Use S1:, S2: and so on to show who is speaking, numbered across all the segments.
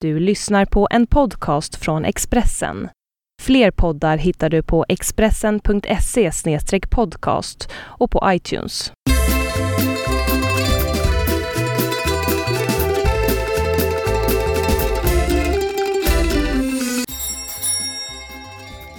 S1: Du lyssnar på en podcast från Expressen. Fler poddar hittar du på expressen.se podcast och på iTunes.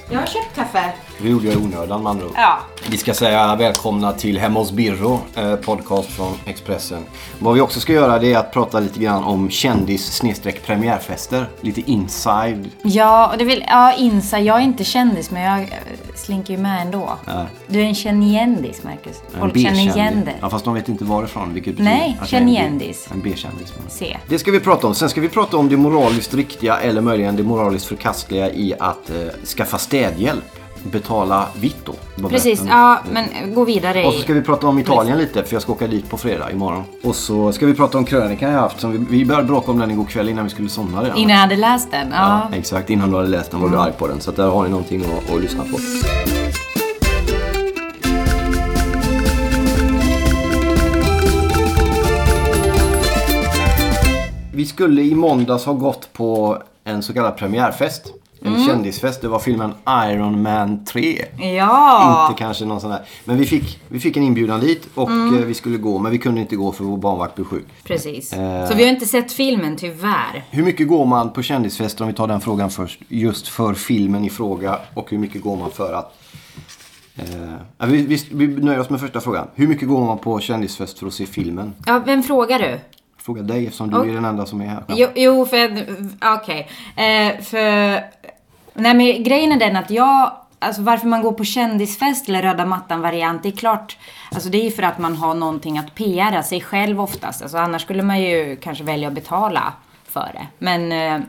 S2: Jag har köpt kaffe.
S3: Det gjorde jag i onödan med andra ord.
S2: Ja.
S3: Vi ska säga välkomna till Hemma hos Birro, eh, podcast från Expressen. Vad vi också ska göra det är att prata lite grann om kändis premiärfester. Lite inside.
S2: Ja, och det vill, ja, insa, jag är inte kändis men jag eh, slinker ju med ändå.
S3: Ja.
S2: Du är en kändis, Marcus. Folk känner
S3: B-kändis.
S2: igen dig.
S3: Ja, fast de vet inte varifrån. Vilket
S2: Nej,
S3: betyder att jag är en
S2: kännigendis.
S3: B- En B-kändis. men-
S2: Se.
S3: Det ska vi prata om. Sen ska vi prata om det moraliskt riktiga eller möjligen det moraliskt förkastliga i att eh, skaffa städhjälp. Betala vitto. Vad
S2: Precis,
S3: berättar ni?
S2: ja men gå vidare
S3: Mm. Och så ska
S2: i...
S3: vi prata om Italien lite för jag ska åka dit på fredag imorgon. Och så ska vi prata om krönikan jag haft. Som vi, vi började bråka om den igår kväll innan vi skulle somna redan.
S2: Innan jag hade läst den. Ja.
S3: Ja, exakt, innan du hade läst den var du arg på den. Så att där har ni någonting att, att lyssna på. Vi skulle i måndags ha gått på en så kallad premiärfest. En kändisfest. Det var filmen Iron Man 3.
S2: Ja.
S3: Inte kanske någon sån här. Men vi fick, vi fick en inbjudan dit och
S2: Mm.
S3: eh, vi skulle gå. Men vi kunde inte gå för vår barnvakt blev sjuk.
S2: Precis.
S3: Eh.
S2: Så vi har inte sett filmen tyvärr.
S3: Hur mycket går man på kändisfester, om vi tar den frågan först, just för filmen i fråga och hur mycket går man för att... Eh, ja, vi, vi, vi nöjer oss med första frågan. Hur mycket går man på kändisfest för att se filmen?
S2: Ja, vem frågar du?
S3: Fråga dig eftersom du är den enda som är här.
S2: Jo, jo för... Okej. Eh, för... Nej, men grejen är den att jag... Alltså varför man går på kändisfest eller röda mattan-variant, det är klart... Alltså det är ju för att man har någonting att PRa sig själv oftast. Alltså annars skulle man ju kanske välja att betala för det. Men... Eh,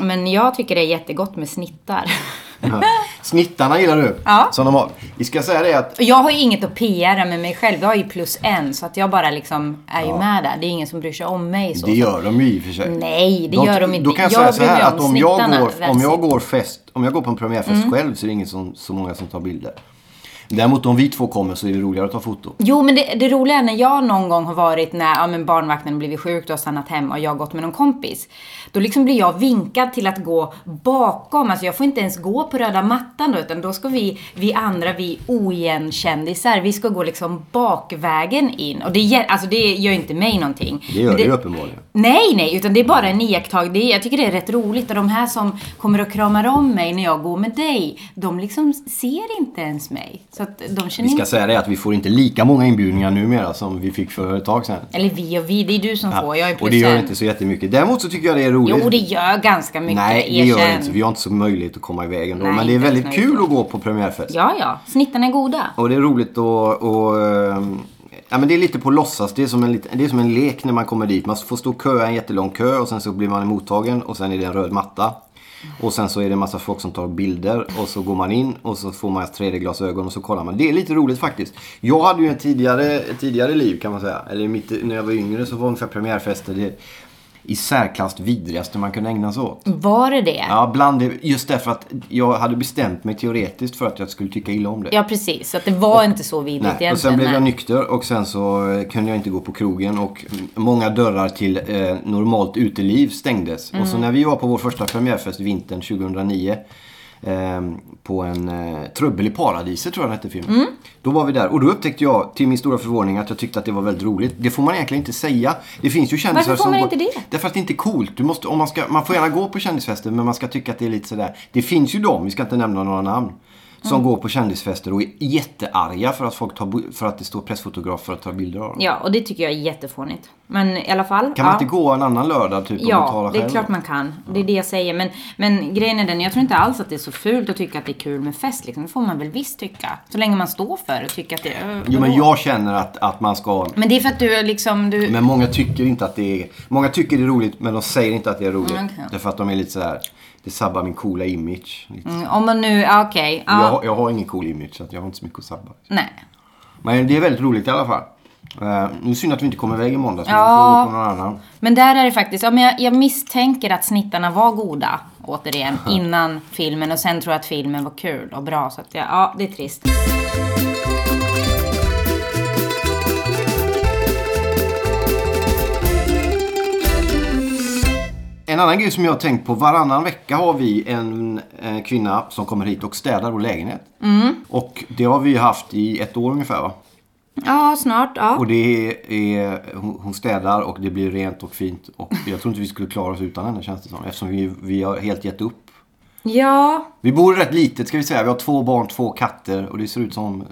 S2: men jag tycker det är jättegott med snittar.
S3: Snittarna gillar du,
S2: Ja.
S3: som de har. Vi ska säga det att
S2: Och jag har ju inget att PRa med mig själv. Jag har ju plus en, så att jag bara liksom är ju med där. Det är ingen som bryr sig om mig så.
S3: det gör de ju i och för sig.
S2: Nej, det
S3: De-
S2: gör de inte.
S3: Då kan jag, säga så
S2: bryr mig
S3: här att om jag,
S2: snittarna,
S3: går, om
S2: verkligen.
S3: jag går fest, om jag går på en premiärfest
S2: Mm.
S3: själv så är det ingen som, så många som tar bilder. Däremot om vi två kommer så är det roligare att ta foto.
S2: Jo, men det, det roliga är när jag någon gång har varit när ja, men barnvakten har blivit sjuk, du har stannat hemma och jag har gått med någon kompis. Då liksom blir jag vinkad till att gå bakom. Alltså jag får inte ens gå på röda mattan då, utan då ska vi, vi andra, vi oigenkändisar, vi ska gå liksom bakvägen in. Och det, gä- alltså det gör ju inte mig någonting.
S3: Det gör
S2: Men
S3: det ju uppenbarligen.
S2: Nej, nej, utan det är bara en iakttagelse. Det är- Jag tycker det är rätt roligt. Och de här som kommer och kramar om mig när jag går med dig, de liksom ser inte ens mig. Så att de känner
S3: Vi ska
S2: inte...
S3: säga det att vi får inte lika många inbjudningar numera som vi fick för ett tag sedan.
S2: Eller vi och vi, det är du som får. Jag är
S3: och det gör
S2: present.
S3: inte så jättemycket. Däremot så tycker jag det är roligt.
S2: Jo, det gör ganska mycket.
S3: Nej, det gör det
S2: erkänn.
S3: inte. Vi har inte så möjlighet att komma iväg ändå.
S2: Nej,
S3: Men det är
S2: inte
S3: väldigt
S2: ens
S3: kul
S2: möjlighet.
S3: att gå på premiärfest.
S2: Ja, ja. Snittarna är goda.
S3: Och det är roligt att... Och, ehm, ja, men det är lite på låtsas. Det är, som en, lit- det är som en lek när man kommer dit. Man får stå och köa en jättelång kö och sen så blir man emottagen och sen är det en röd matta. Och sen så är det en massa folk som tar bilder och så går man in och så får man ett 3D-glasögon och så kollar man. Det är lite roligt faktiskt. Jag hade ju en tidigare, ett tidigare liv kan man säga. Eller mitt, när jag var yngre så var ungefär premiärfester det i särklass vidrigaste man kunde ägna sig åt.
S2: Var det det?
S3: Ja, bland det, just därför att jag hade bestämt mig teoretiskt för att jag skulle tycka illa om det.
S2: Ja, precis. Så att det var inte så vidrigt
S3: Nej,
S2: egentligen.
S3: och sen blev jag
S2: nej.
S3: nykter och sen så eh, kunde jag inte gå på krogen och m- många dörrar till eh, normalt uteliv stängdes. Och
S2: Mm.
S3: så när vi var på vår första premiärfest vintern 2009 ehm, på en eh, Trubbel i paradiset tror jag den hette filmen.
S2: Mm.
S3: Då var vi där och då upptäckte jag till min stora förvåning att jag tyckte att det var väldigt roligt. Det får man egentligen inte säga. Det finns ju kändisar
S2: Varför får
S3: som...
S2: man
S3: bara-
S2: inte det?
S3: Därför att det inte är coolt. Du måste, om man, ska, man får gärna gå på kändisfester men man ska tycka att det är lite sådär. Det finns ju de, vi ska inte nämna några namn. Som
S2: Mm.
S3: går på kändisfester och är jättearga för att, folk tar, bu- för att det står pressfotografer och tar bilder av dem.
S2: Ja, och det tycker jag är jättefånigt. Men i alla fall.
S3: Kan
S2: ja.
S3: man inte gå en annan lördag typ och betala
S2: Ja, det
S3: själv?
S2: är klart man kan. Det är det jag säger. Men, men grejen är den, jag tror inte alls att det är så fult att tycka att det är kul med fest. Liksom. Det får man väl visst tycka. Så länge man står för det och tycker att det är...
S3: Jo men jag känner att, att man ska...
S2: Men det är för att du är liksom... Du...
S3: Men många tycker inte att det är... Många tycker det är roligt men de säger inte att det är roligt.
S2: Mm, okej.
S3: Därför att de är lite så här. Det sabbar min coola image. Lite.
S2: Mm, Om man nu... Ja, okej. ja.
S3: Jag, har- jag har ingen cool image så att jag har inte så mycket att sabba.
S2: Nej.
S3: Men det är väldigt roligt i alla fall. Eh, nu är det synd att vi inte kommer iväg i måndags. Men
S2: Ja.
S3: ja. vi får gå på någon annan.
S2: Men där är det faktiskt, ja, men jag, jag misstänker att snittarna var goda, återigen, innan filmen och sen tror jag att filmen var kul och bra. Så att jag, ja, det är trist.
S3: En annan grej som jag har tänkt på. Varannan vecka har vi en eh, kvinna som kommer hit och städar vår lägenhet. Och det har vi haft i ett år ungefär va?
S2: Ja, snart. Ja.
S3: Och det är, hon hon städar och det blir rent och fint. Och jag tror inte vi skulle klara oss utan henne känns det som. Eftersom vi, vi har helt gett upp.
S2: ja,
S3: Vi bor rätt litet ska vi säga. Vi har två barn, två katter och det ser ut som... eh,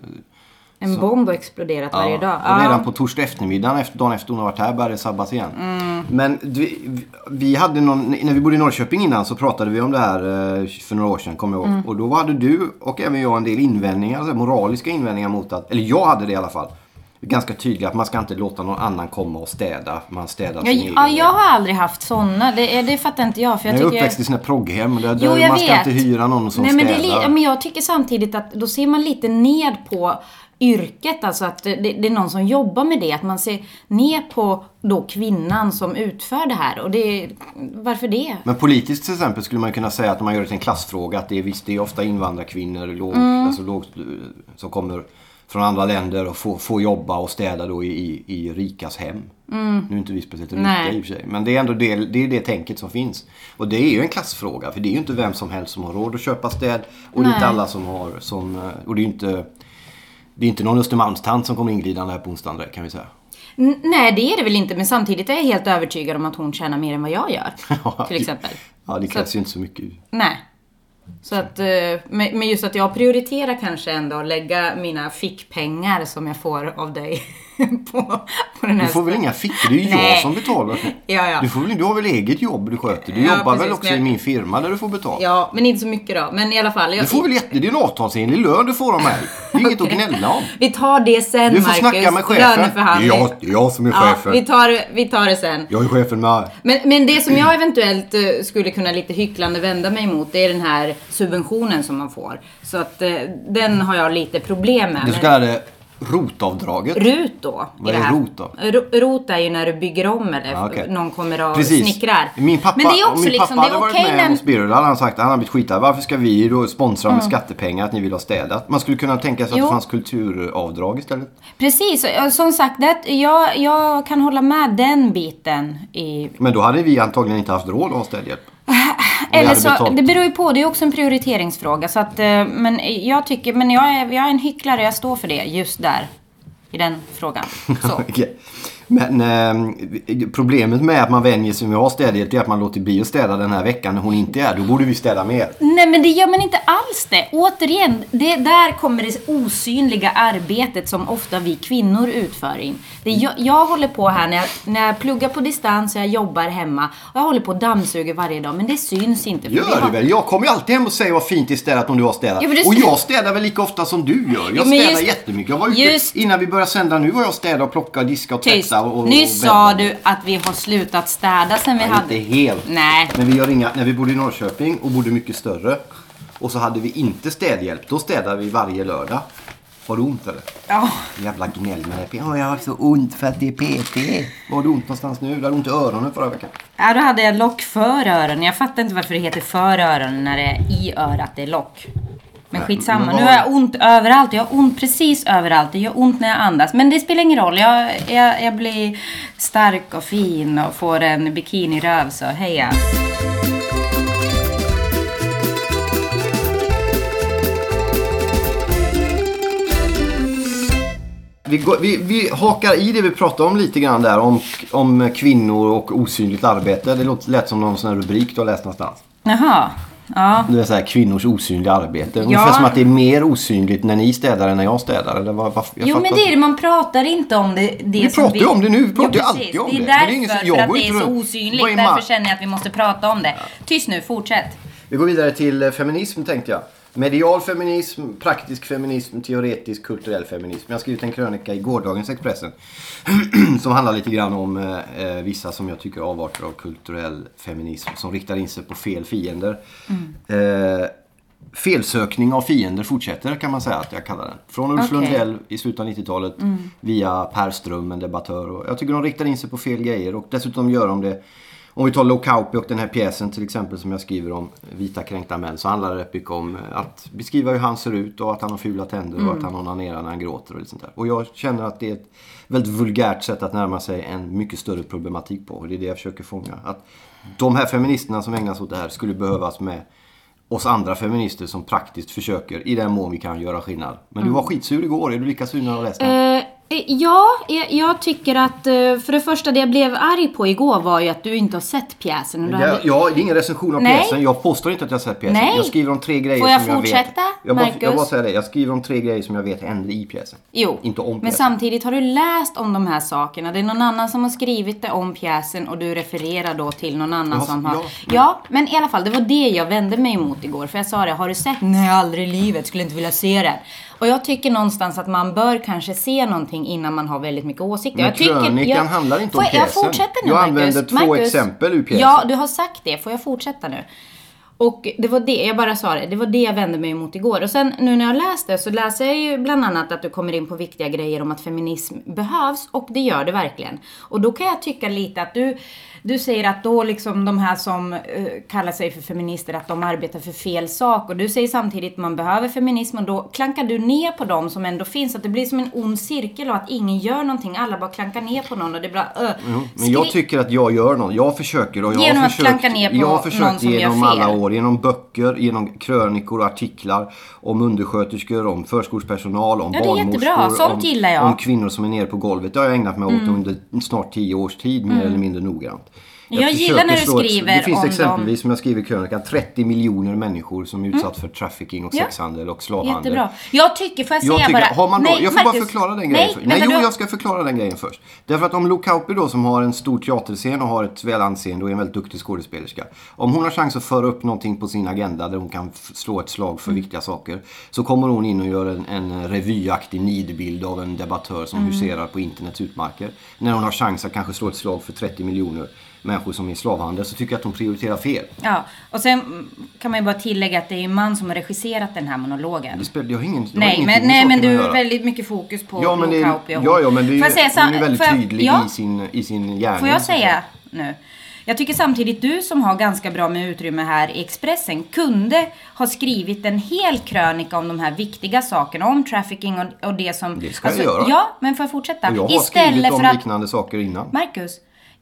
S2: en bomb har exploderat varje dag.
S3: och
S2: Ja.
S3: Redan på torsdag eftermiddag, efter, dagen efter hon har varit här, började det sabbas igen. Men vi, vi hade någon, när vi bodde i Norrköping innan så pratade vi om det här eh, för några år sedan, kommer jag ihåg.
S2: Mm.
S3: Och då hade du och även jag en del invändningar, alltså moraliska invändningar mot att, eller jag hade det i alla fall. Ganska tydligt att man ska inte låta någon annan komma och städa. Man städar sin
S2: Jag,
S3: egen
S2: ja,
S3: väg.
S2: jag har aldrig haft sådana. Det, det fattar inte jag. För jag
S3: jag är
S2: tycker
S3: uppväxt i såna här progghem. Där,
S2: Jo,
S3: där
S2: jag
S3: man ska
S2: vet.
S3: inte hyra någon som
S2: Nej, men, det, är
S3: städar.
S2: li- men jag tycker samtidigt att då ser man lite ned på yrket, alltså att det, det är någon som jobbar med det. Att man ser ner på då kvinnan som utför det här. Och det, varför det?
S3: Men politiskt till exempel skulle man kunna säga att om man gör det till en klassfråga att det är, visst, det är ofta invandrarkvinnor låg,
S2: Mm.
S3: alltså låg, som kommer från andra länder och får, får jobba och städa då i, i, i rikas hem. Nu är inte vi speciellt rika
S2: Mm. Nej.
S3: i och för sig. Men det är ändå det, det, är det tänket som finns. Och det är ju en klassfråga. För det är ju inte vem som helst som har råd att köpa städ. Och det är inte alla som har som, eh, Och det är ju inte, det är inte någon Östermalmstant som kommer inglidande här på onsdagen direkt, kan vi säga.
S2: N- nej, det är det väl inte. Men samtidigt är jag helt övertygad om att hon tjänar mer än vad jag gör.
S3: Ja,
S2: till exempel.
S3: Ja, det
S2: Så-
S3: krävs ju inte så mycket.
S2: Nej. Så att, eh, men men just att jag prioriterar kanske ändå att lägga mina fickpengar som jag får av dig på, på den här
S3: Du får väl
S2: spe-
S3: inga fickor? Det är ju jag
S2: Nej.
S3: som betalar.
S2: Ja, ja.
S3: Du, får väl, du har väl eget jobb du sköter? Du
S2: Ja,
S3: jobbar väl
S2: precis,
S3: också
S2: men jag-
S3: i min firma där du får betalt?
S2: Ja, men inte så mycket då. Men i alla fall. Jag,
S3: Du får väl jätte... Det är en avtalsenlig lön du får av mig. Det är inget att gnälla om.
S2: Vi tar det sen
S3: Du får
S2: Marcus.
S3: snacka med chefen. Det är
S2: Löneförhandling.
S3: jag, det är jag som är
S2: Ja,
S3: chefen.
S2: vi tar, vi tar det sen.
S3: Jag är chefen med.
S2: Men, men det som jag eventuellt eh, skulle kunna lite hycklande vända mig mot, det är den här subventionen som man får. Så att eh, den har jag lite problem med.
S3: Det så
S2: Men
S3: kallade ROT-avdraget.
S2: RUT då? i
S3: Vad
S2: det
S3: är
S2: här-
S3: ROT då?
S2: Ro- ROT är ju när du bygger om eller
S3: Ja, okej.
S2: någon kommer och
S3: Precis.
S2: snickrar.
S3: Min pappa,
S2: men det är
S3: om
S2: också
S3: min
S2: liksom,
S3: pappa
S2: det
S3: hade
S2: är
S3: varit
S2: okej
S3: med
S2: när... Mm.
S3: hos Birro, då hade han sagt att han hade blivit skitad. Varför ska vi då sponsra med skattepengar att ni vill ha städat? Man skulle kunna tänka sig att
S2: Jo.
S3: det fanns kulturavdrag istället.
S2: Precis, och som sagt, det, jag, jag kan hålla med den biten i
S3: Men då hade vi antagligen inte haft råd att ha städhjälp. vi
S2: Eller
S3: hade
S2: så,
S3: betalt.
S2: det beror ju på, det är också en prioriteringsfråga. Så att, eh, men jag tycker, men jag är, jag är en hycklare, jag står för det just där. I den frågan. Så.
S3: Okej. Men eh, problemet med att man vänjer sig vid att ha städhjälp är att man låter bli att städa den här veckan när hon inte är. Då borde vi städa mer.
S2: Nej men det gör man inte alls det. Återigen, det där kommer det osynliga arbetet som ofta vi kvinnor utför in. Det jag, jag håller på här när jag, när jag pluggar på distans och jag jobbar hemma. Och jag håller på och dammsuger varje dag men det syns inte. för vi
S3: Gör
S2: har-
S3: du väl? Jag kommer ju alltid hem och säger vad fint det är städat om du har städat.
S2: Ja, men det-
S3: Och jag städar väl lika ofta som du gör.
S2: Ja,
S3: Jag
S2: men
S3: städar
S2: just-
S3: jättemycket. Jag var ute
S2: just-
S3: innan vi började sända nu var jag och städade och plockade, diskade och
S2: Tyst.
S3: tvättade. Och, och,
S2: Nyss
S3: och
S2: sa du att vi har slutat städa sen vi
S3: Nej,
S2: hade...
S3: inte helt.
S2: Nej.
S3: Men vi gör inga, när vi bodde i Norrköping och bodde mycket större och så hade vi inte städhjälp. Då städade vi varje lördag. Har du ont eller?
S2: Ja.
S3: Jävla gnäll med det. Ja, jag har så ont för att det är PT. Var har du ont någonstans nu? Du hade ont i öronen förra veckan.
S2: Ja, då hade jag lock för öronen. Jag fattar inte varför det heter för öronen när det är i örat det är lock. Men
S3: Nej,
S2: skitsamma,
S3: men vad-
S2: nu har jag ont överallt. Jag har ont precis överallt. Det gör ont när jag andas. Men det spelar ingen roll. Jag, jag, jag blir stark och fin och får en bikiniröv, så heja.
S3: Vi, går, vi, vi hakar i det vi pratade om lite grann där om, om kvinnor och osynligt arbete. Det låter, lät som någon sån här rubrik du har läst någonstans.
S2: Jaha. Ja.
S3: Det är så här kvinnors osynliga arbete. Ungefär
S2: Ja.
S3: som att det är mer osynligt när ni städar än när jag städar. Eller vad, vad, jag
S2: Jo
S3: fattar
S2: men
S3: inte.
S2: det är det, man pratar inte om det. det
S3: Vi pratar ju om det nu, vi pratar ju
S2: precis.
S3: alltid om det.
S2: Det
S3: Men
S2: är
S3: det är
S2: därför,
S3: ingen som- jag
S2: för att
S3: går
S2: det är
S3: inte
S2: så
S3: runt-
S2: osynligt.
S3: Vad är
S2: Därför
S3: makt?
S2: känner jag att vi måste prata om det. Tyst nu, fortsätt.
S3: Vi går vidare till eh, feminism tänkte jag. Medial feminism, praktisk feminism, teoretisk kulturell feminism. Jag har skrivit en krönika i gårdagens Expressen. som handlar lite grann om eh, eh, vissa som jag tycker är avarter av kulturell feminism. Som riktar in sig på fel fiender. Eh, felsökning av fiender fortsätter kan man säga att jag kallar den. Från Ulf
S2: Okej.
S3: Lundell i slutet av 90-talet via Per Ström, en debattör. Och jag tycker de riktar in sig på fel grejer och dessutom gör de det Om vi tar Lokauppi och den här pjäsen till exempel som jag skriver om vita kränkta män så handlar det rätt mycket om eh, att beskriva hur han ser ut och att han har fula tänder och att han onanerar när han gråter och lite sånt där. Och jag känner att det är ett väldigt vulgärt sätt att närma sig en mycket större problematik på och det är det jag försöker fånga. Att de här feministerna som ägnar sig åt det här skulle behövas med oss andra feminister som praktiskt försöker i den mån vi kan göra skillnad. Men du var skitsur igår, är du lika sur när du läste?
S2: Mm. Eh, eh, ja, jag, jag tycker att eh, för det första det jag blev arg på igår var ju att du inte har sett pjäsen. Du
S3: Ja,
S2: hade...
S3: ja, det är ingen recension av
S2: Nej.
S3: pjäsen. Jag påstår inte att jag har sett pjäsen.
S2: Nej.
S3: Jag skriver om tre grejer
S2: Får jag
S3: som jag vet.
S2: fortsätta,
S3: Jag bara, jag
S2: Marcus?
S3: bara säger det. Jag skriver om tre grejer som jag vet händer i pjäsen.
S2: Jo,
S3: Inte om
S2: men
S3: pjäsen.
S2: samtidigt har du läst om de här sakerna. Det är någon annan som har skrivit det om pjäsen och du refererar då till någon annan
S3: Ja,
S2: som har...
S3: ja.
S2: Ja. men i alla fall, det var det jag vände mig emot igår. För jag sa det, har du sett? Nej, aldrig i livet. Skulle inte vilja se den. Och jag tycker någonstans att man bör kanske se någonting innan man har väldigt mycket åsikter.
S3: Men
S2: jag tycker,
S3: krönikan handlar inte om
S2: Får jag-
S3: pjäsen.
S2: Jag fortsätter nu,
S3: Jag
S2: Marcus.
S3: använder två
S2: Marcus.
S3: exempel ur pjäsen.
S2: Ja, du har sagt det. Får jag fortsätta nu? Och det var det, jag bara sa det, det var det jag vände mig emot igår. Och sen nu när jag läste så läser jag ju bland annat att du kommer in på viktiga grejer om att feminism behövs och det gör det verkligen. Och då kan jag tycka lite att du, du säger att då liksom de här som eh, kallar sig för feminister att de arbetar för fel sak och du säger samtidigt att man behöver feminism och då klankar du ner på dem som ändå finns. Att det blir som en ond cirkel och att ingen gör någonting. Alla bara klankar ner på någon och det blir bara, öh.
S3: Men jag
S2: Skri-
S3: tycker att jag gör något. Jag försöker och jag
S2: Genom
S3: har
S2: att
S3: försökt,
S2: klanka ner på
S3: jag har
S2: någon
S3: försökt
S2: som gör
S3: genom
S2: fel.
S3: alla år. Genom böcker, genom krönikor och artiklar. Om undersköterskor, om förskolepersonal, om
S2: Ja, det är
S3: barnmorskor.
S2: jättebra. Sånt
S3: om,
S2: gillar jag. Mm.
S3: om kvinnor som är nere på golvet. Det har jag ägnat mig åt under snart tio års tid mer eller mindre noggrant.
S2: Jag gillar
S3: försöker
S2: när du
S3: slå ett-
S2: skriver
S3: Det finns
S2: om
S3: exempelvis, som jag skriver i krönikan, 30 miljoner människor som är utsatt för trafficking och
S2: Mm. Ja.
S3: sexhandel och slavhandel.
S2: Jättebra. Jag tycker, får jag säga
S3: Jag, tycker,
S2: bara...
S3: har man då, jag får bara
S2: Marcus,
S3: förklara den grejen
S2: Nej,
S3: först.
S2: vänta,
S3: Nej, jo,
S2: du,
S3: jag ska förklara den grejen först. Därför att om Lou Kauppi då som har en stor teaterscen och har ett väl anseende och är en väldigt duktig skådespelerska. Om hon har chans att föra upp någonting på sin agenda där hon kan f- slå ett slag för
S2: Mm.
S3: viktiga saker. Så kommer hon in och gör en, en revyaktig nidbild av en debattör som
S2: Mm.
S3: huserar på internets utmarker. När hon har chans att kanske slå ett slag för 30 miljoner människor som är i slavhandel så tycker jag att hon prioriterar fel.
S2: Ja, och sen mm, kan man ju bara tillägga att det är ju en man som har regisserat den här
S3: Det
S2: monologen.
S3: spelar, jag har ingen, jag har
S2: Nej, men,
S3: ingenting med
S2: nej,
S3: saken
S2: men
S3: att
S2: du
S3: göra.
S2: är väldigt mycket fokus på
S3: Ja men, det är,
S2: Lokauppi och hon.
S3: ja, ja, men det är,
S2: Får jag säga så-
S3: hon är väldigt
S2: får jag-
S3: tydlig
S2: ja.
S3: i, sin, i sin gärning.
S2: Får jag
S3: så att säga.
S2: säga nu? Jag tycker samtidigt du som har ganska bra med utrymme här i Expressen kunde ha skrivit en hel krönika om de här viktiga sakerna, om trafficking och, och det som... alltså,
S3: Det ska jag göra.
S2: Ja, men får jag fortsätta?
S3: Och jag har skrivit om liknande saker innan.
S2: Marcus,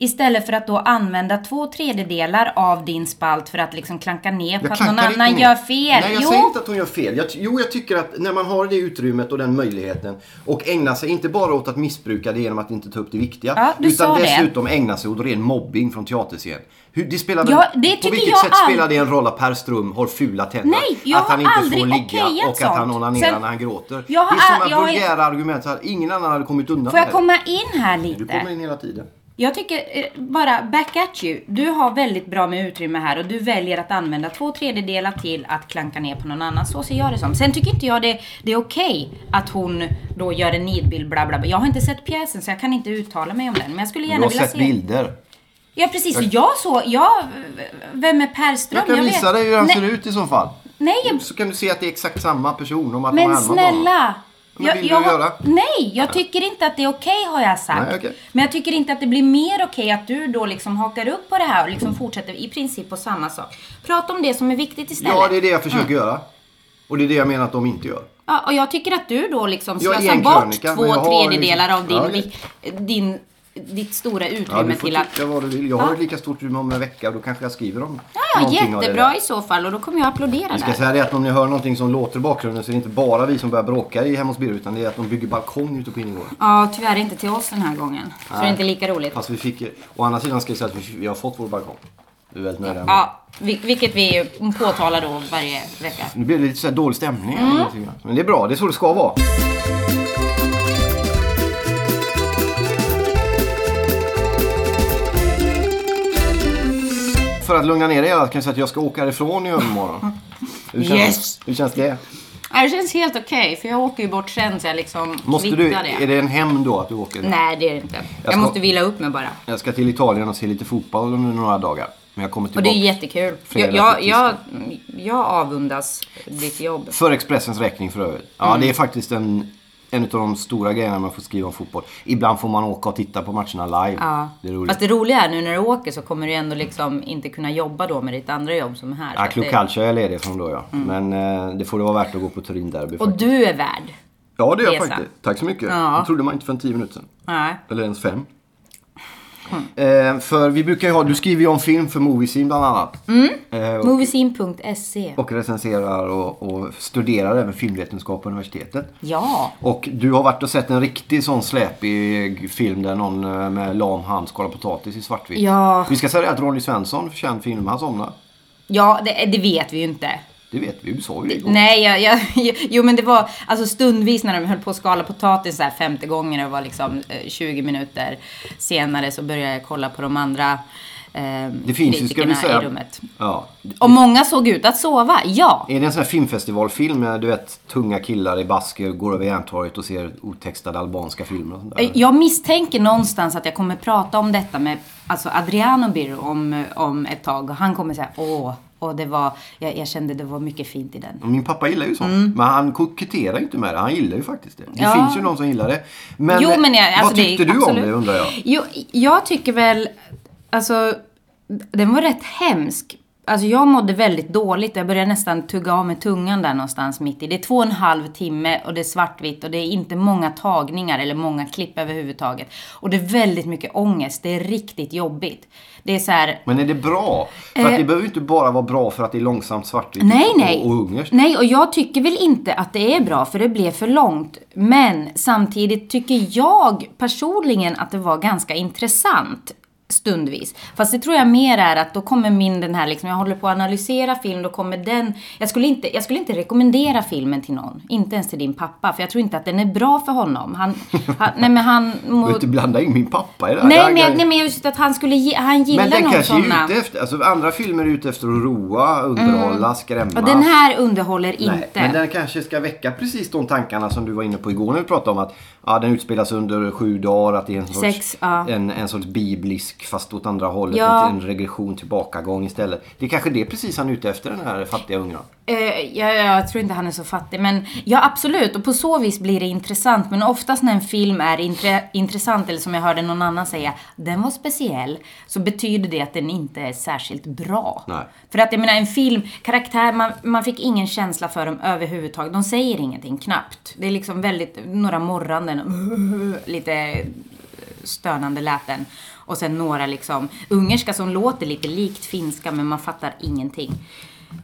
S2: istället för att då använda två tredjedelar av din spalt för att liksom klanka ner på att någon
S3: klankar inte
S2: annan
S3: ner.
S2: gör fel.
S3: Nej, jag
S2: jo,
S3: säger inte att hon gör fel. Jag, ty- jo, jag tycker att när man har det utrymmet och den möjligheten och ägnar sig inte bara åt att missbruka det genom att inte ta upp det viktiga.
S2: Ja, du
S3: utan
S2: sa det.
S3: dessutom ägna sig åt ren mobbing från teaterscen. Hur, det spelar väl,
S2: Ja, det
S3: på
S2: tycker
S3: vilket
S2: jag
S3: sätt
S2: all-
S3: spelar det en roll att Per Ström har fula tänder?
S2: Nej, jag
S3: att han
S2: har
S3: inte
S2: aldrig
S3: får ligga
S2: okejat
S3: och att han
S2: sånt.
S3: onanerar
S2: Sen-
S3: när han gråter.
S2: Jag har
S3: det är
S2: all-
S3: sådana
S2: jag har-
S3: vulgära argument så här. Ingen annan hade kommit undan
S2: får jag
S3: med
S2: komma in här lite?
S3: det. Du kommer in hela tiden.
S2: Jag tycker, eh, bara back at you. Du har väldigt bra med utrymme här och du väljer att använda två tredjedelar till att klanka ner på någon annan. Så ser jag det som. Sen tycker inte jag det, det är okej att hon då gör en nidbild bla bla bla. Jag har inte sett pjäsen så jag kan inte uttala mig om den. Men jag skulle
S3: Du
S2: gärna
S3: har
S2: vilja
S3: sett
S2: se.
S3: bilder.
S2: Ja precis, och jag så, jag, vem är Per Ström?
S3: Jag kan
S2: vet-
S3: visa dig hur han
S2: Nej,
S3: ser ut i så fall.
S2: Nej, jag
S3: Så kan du se att det är exakt samma person om att de
S2: Men
S3: härmar honom.
S2: snälla!
S3: Men vill du
S2: har-
S3: göra?
S2: Nej, jag tycker inte att det är okej har jag sagt.
S3: Nej, okej.
S2: Men jag tycker inte att det blir mer okej att du då liksom hakar upp på det här och liksom fortsätter i princip på samma sak. Prata om det som är viktigt istället.
S3: Ja, det är det jag
S2: Mm.
S3: försöker göra. Och det är det jag menar att de inte gör.
S2: Ja, och jag tycker att du då liksom
S3: Jag är
S2: slösar
S3: en
S2: bort
S3: krönika,
S2: två
S3: men jag har
S2: tredjedelar
S3: liksom-
S2: av din,
S3: Ja, okej.
S2: vik- din, ditt stora
S3: Ja,
S2: utrymme
S3: du får
S2: till att...
S3: tycka vad du vill. Jag har
S2: Ja.
S3: ett lika stort utrymme om en vecka och då kanske jag skriver om
S2: Ja,
S3: någonting av det
S2: jättebra
S3: där.
S2: i så fall och då kommer jag applådera
S3: Jag ska
S2: där.
S3: säga det att om ni hör någonting som låter i bakgrunden så är det inte bara vi som börjar bråka i Hemma hos Birger utan det är att de bygger balkong ute på innergården.
S2: Ja, tyvärr inte till oss den här gången. Så det är inte lika roligt.
S3: Fast vi fick, å andra sidan ska jag säga att vi, vi har fått vår balkong. Det är väldigt nära.
S2: Ja, vi- vilket vi ju påtalar då varje vecka.
S3: Nu blir det lite så här dålig stämning.
S2: Mm.
S3: här lite grann. Men det är bra, det är så det ska vara. För att lugna ner er kan jag säga att jag ska åka härifrån i övermorgon. Hur känns,
S2: Yes!
S3: Hur känns det?
S2: Ja, Det känns helt okej, för jag åker ju bort sen så jag liksom
S3: Måste
S2: kvittar
S3: du, är det en hem då att du åker?
S2: Nej, det är det inte. Jag,
S3: ska-
S2: måste vila upp mig bara.
S3: Jag ska till Italien och se lite fotboll under några dagar. Men jag kommer
S2: Och
S3: tillbaka.
S2: det är jättekul.
S3: fredag
S2: Jag, jag,
S3: till
S2: jag, jag avundas ditt jobb. Mm.
S3: För Expressens räkning för övrigt. Ja, det är faktiskt en en av de stora grejerna man får skriva om fotboll. Ibland får man åka och titta på matcherna live.
S2: Ja.
S3: Det är roligt.
S2: Fast det roliga är nu när du åker så kommer du ändå liksom inte kunna jobba då med ditt andra jobb som är här.
S3: Ja,
S2: Så att det- Mm.
S3: Club Calcio är jag ledig från då ja. Men eh, det får det vara värt att gå på Turin derby
S2: Och du är värd.
S3: Ja det är jag
S2: resa.
S3: faktiskt. Tack så mycket.
S2: Ja.
S3: Det trodde man inte för en tio minuter sedan.
S2: Nej.
S3: Eller ens fem.
S2: Mm.
S3: Eh, för vi brukar ju ha, du skriver ju om film för Moviesim bland annat.
S2: Mm.
S3: Eh, och,
S2: Moviesin.se.
S3: och recenserar och, och studerar även filmvetenskap på universitetet.
S2: Ja.
S3: Och du har varit och sett en riktig sån släpig film där någon eh, med lam hand skalar potatis i svartvitt.
S2: Ja.
S3: Vi ska säga det att Ronny Svensson, känd film, han somnade.
S2: Ja, det, det vet vi ju inte.
S3: Det vet vi, du sa ju det igår.
S2: Nej, jag, jag, jo men det var alltså stundvis när de höll på att skala potatis så här femte gången och det var liksom eh, 20 minuter senare så började jag kolla på de andra eh,
S3: Det finns ju, ska vi
S2: kritikerna
S3: säga.
S2: i rummet.
S3: Ja.
S2: Och många såg ut att sova, ja.
S3: Är det en sån här filmfestivalfilm med du vet tunga killar i basker går över Järntorget och ser otextade albanska filmer och sånt där?
S2: Jag misstänker någonstans att jag kommer prata om detta med alltså Adriano Birro om, om ett tag och han kommer säga åh, och det var, jag, jag kände det var mycket fint i den.
S3: Min pappa gillar ju sånt. Men han koketterar ju inte med det. Han gillar ju faktiskt det. Det
S2: Mm. Ja.
S3: finns ju någon som gillar det. Men,
S2: jo, men jag, alltså,
S3: vad tyckte
S2: det,
S3: du
S2: absolut.
S3: om det undrar jag?
S2: Jo, jag tycker väl, alltså, den var rätt hemsk. Alltså jag mådde väldigt dåligt. Jag började nästan tugga av med tungan där någonstans mitt i. Det är två och en halv timme och det är svartvitt och det är inte många tagningar eller många klipp överhuvudtaget. Och det är väldigt mycket ångest. Det är riktigt jobbigt. Det är så här,
S3: Men är det bra? För att det behöver ju inte bara vara bra för att det är långsamt svartvitt
S2: Eh. Nej,
S3: och,
S2: nej.
S3: och ungerskt.
S2: Nej, och jag tycker väl inte att det är bra för det blev för långt. Men samtidigt tycker jag personligen att det var ganska intressant stundvis. Fast det tror jag mer är att då kommer min den här liksom, jag håller på att analysera film, då kommer den. Jag skulle, inte, jag skulle inte rekommendera filmen till någon. Inte ens till din pappa, för jag tror inte att den är bra för honom. Han, han nej men han
S3: Du
S2: mår...
S3: behöver inte blanda in min pappa i det här.
S2: Nej
S3: Jag-
S2: men,
S3: jag-
S2: jag- nej men just att han skulle, ge, han gillar
S3: men den
S2: någon
S3: kanske
S2: sådana.
S3: är ute efter, alltså andra filmer är ute efter att roa, underhålla, skrämma.
S2: Och Mm. den här underhåller
S3: Nej,
S2: inte.
S3: men den kanske ska väcka precis de tankarna som du var inne på igår när vi pratade om att ja, den utspelas under sju dagar, att det är en sorts,
S2: Sex, ja.
S3: en, en sorts biblisk fast åt andra hållet,
S2: Ja.
S3: en, en regression tillbakagång istället. Det är kanske det precis han är ute efter den här fattiga ungen.
S2: Eh, jag, jag tror inte han är så fattig, men ja absolut. Och på så vis blir det intressant. Men oftast när en film är intre, intressant, eller som jag hörde någon annan säga, den var speciell. Så betyder det att den inte är särskilt bra.
S3: Nej.
S2: För att jag menar en film, karaktär, man, man fick ingen känsla för dem överhuvudtaget. De säger ingenting, knappt. Det är liksom väldigt, några morranden, lite stönande läten. Och sen några liksom ungerska som låter lite likt finska men man fattar ingenting.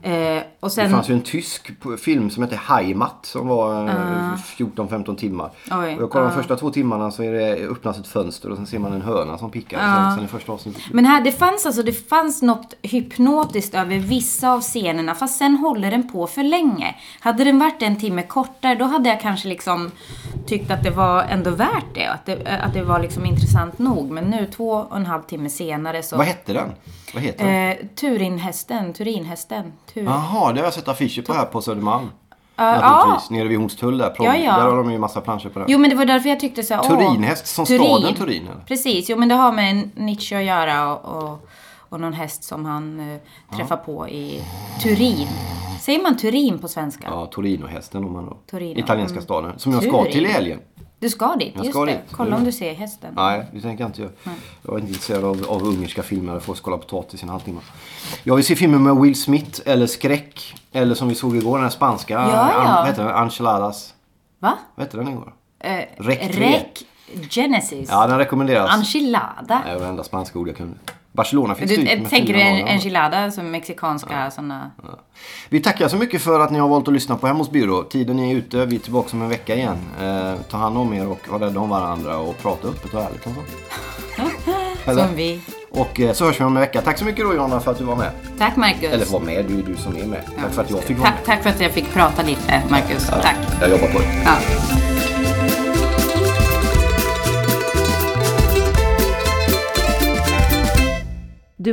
S2: Eh, och
S3: Det
S2: sen...
S3: fanns ju en tysk p- film som hette Heimat som var eh, 14-15 timmar.
S2: Ah. Oj, ah.
S3: och jag kollade de
S2: ja.
S3: första två timmarna så är det, öppnas ett fönster och sen ser man en höna som pickar.
S2: Ah.
S3: Sen, sen är första avsnittet slut.
S2: Men här, det fanns alltså, det fanns något hypnotiskt över vissa av scenerna, fast sen håller den på för länge. Hade den varit en timme kortare, då hade jag kanske liksom tyckt att det var ändå värt det, att det, att det var liksom intressant nog. Men nu, två och en halv timme senare så...
S3: Vad hette den? Vad heter den?
S2: Eh, Turinhästen, Turinhästen. Tur...
S3: Jaha, det har jag sett affischer på här på Södermalm.
S2: ja.
S3: Naturligtvis, nere vid Hornstull där.
S2: Ah, Ja, ja.
S3: Där har de ju massa planscher på den.
S2: Jo men det var därför jag tyckte såhär,
S3: Turinhäst, som staden Turin, eller?
S2: Precis, jo men det har med Nietzsche att göra och, och, och någon häst som han eh, träffar på i Turin. Säger man Turin på svenska?
S3: Ja, Torinohästen om man då.
S2: Torino,
S3: Italienska
S2: mm.
S3: staden. Som jag ska
S2: Turin.
S3: till i helgen.
S2: Du ska dit,
S3: Jag
S2: just
S3: ska
S2: det.
S3: dit.
S2: Kolla om du ser hästen.
S3: Nej, det tänker jag inte göra. Jag är inte intresserad av, av ungerska filmer där folk skålar potatis i en halvtimme. Jag vill se filmer med Will Smith eller skräck. Eller som vi såg igår, den här spanska.
S2: Ja, ja.
S3: An, vad heter den? Enchiladas.
S2: Va?
S3: Vad hette den igår?
S2: Eh,
S3: Rec tre.
S2: Rec Genesis.
S3: Ja, den rekommenderas.
S2: Enchilada.
S3: Nej, det var det enda spanska ord jag kunde. Barcelona finns det
S2: Du,
S3: ju inte
S2: eh,
S3: med
S2: tänker du
S3: fina
S2: en,
S3: morgnar, va?
S2: enchilada som mexikanska såna?
S3: Vi tackar så mycket för att ni har valt att lyssna på Hem hos Byrå. Tiden är ute, vi är tillbaka om en vecka igen. Eh, ta hand om er och var rädda om varandra och prata öppet och ärligt om sånt. Eller?
S2: Som vi.
S3: Och eh, så hörs vi om en vecka. Tack så mycket då Jonna för att du var med.
S2: Tack Marcus.
S3: Eller var med, du är du som är med. Tack för att jag fick vara
S2: tack,
S3: med.
S2: tack för att jag fick prata lite Marcus. Tack.
S3: Jag jobbar på det.
S2: Ja.
S1: Du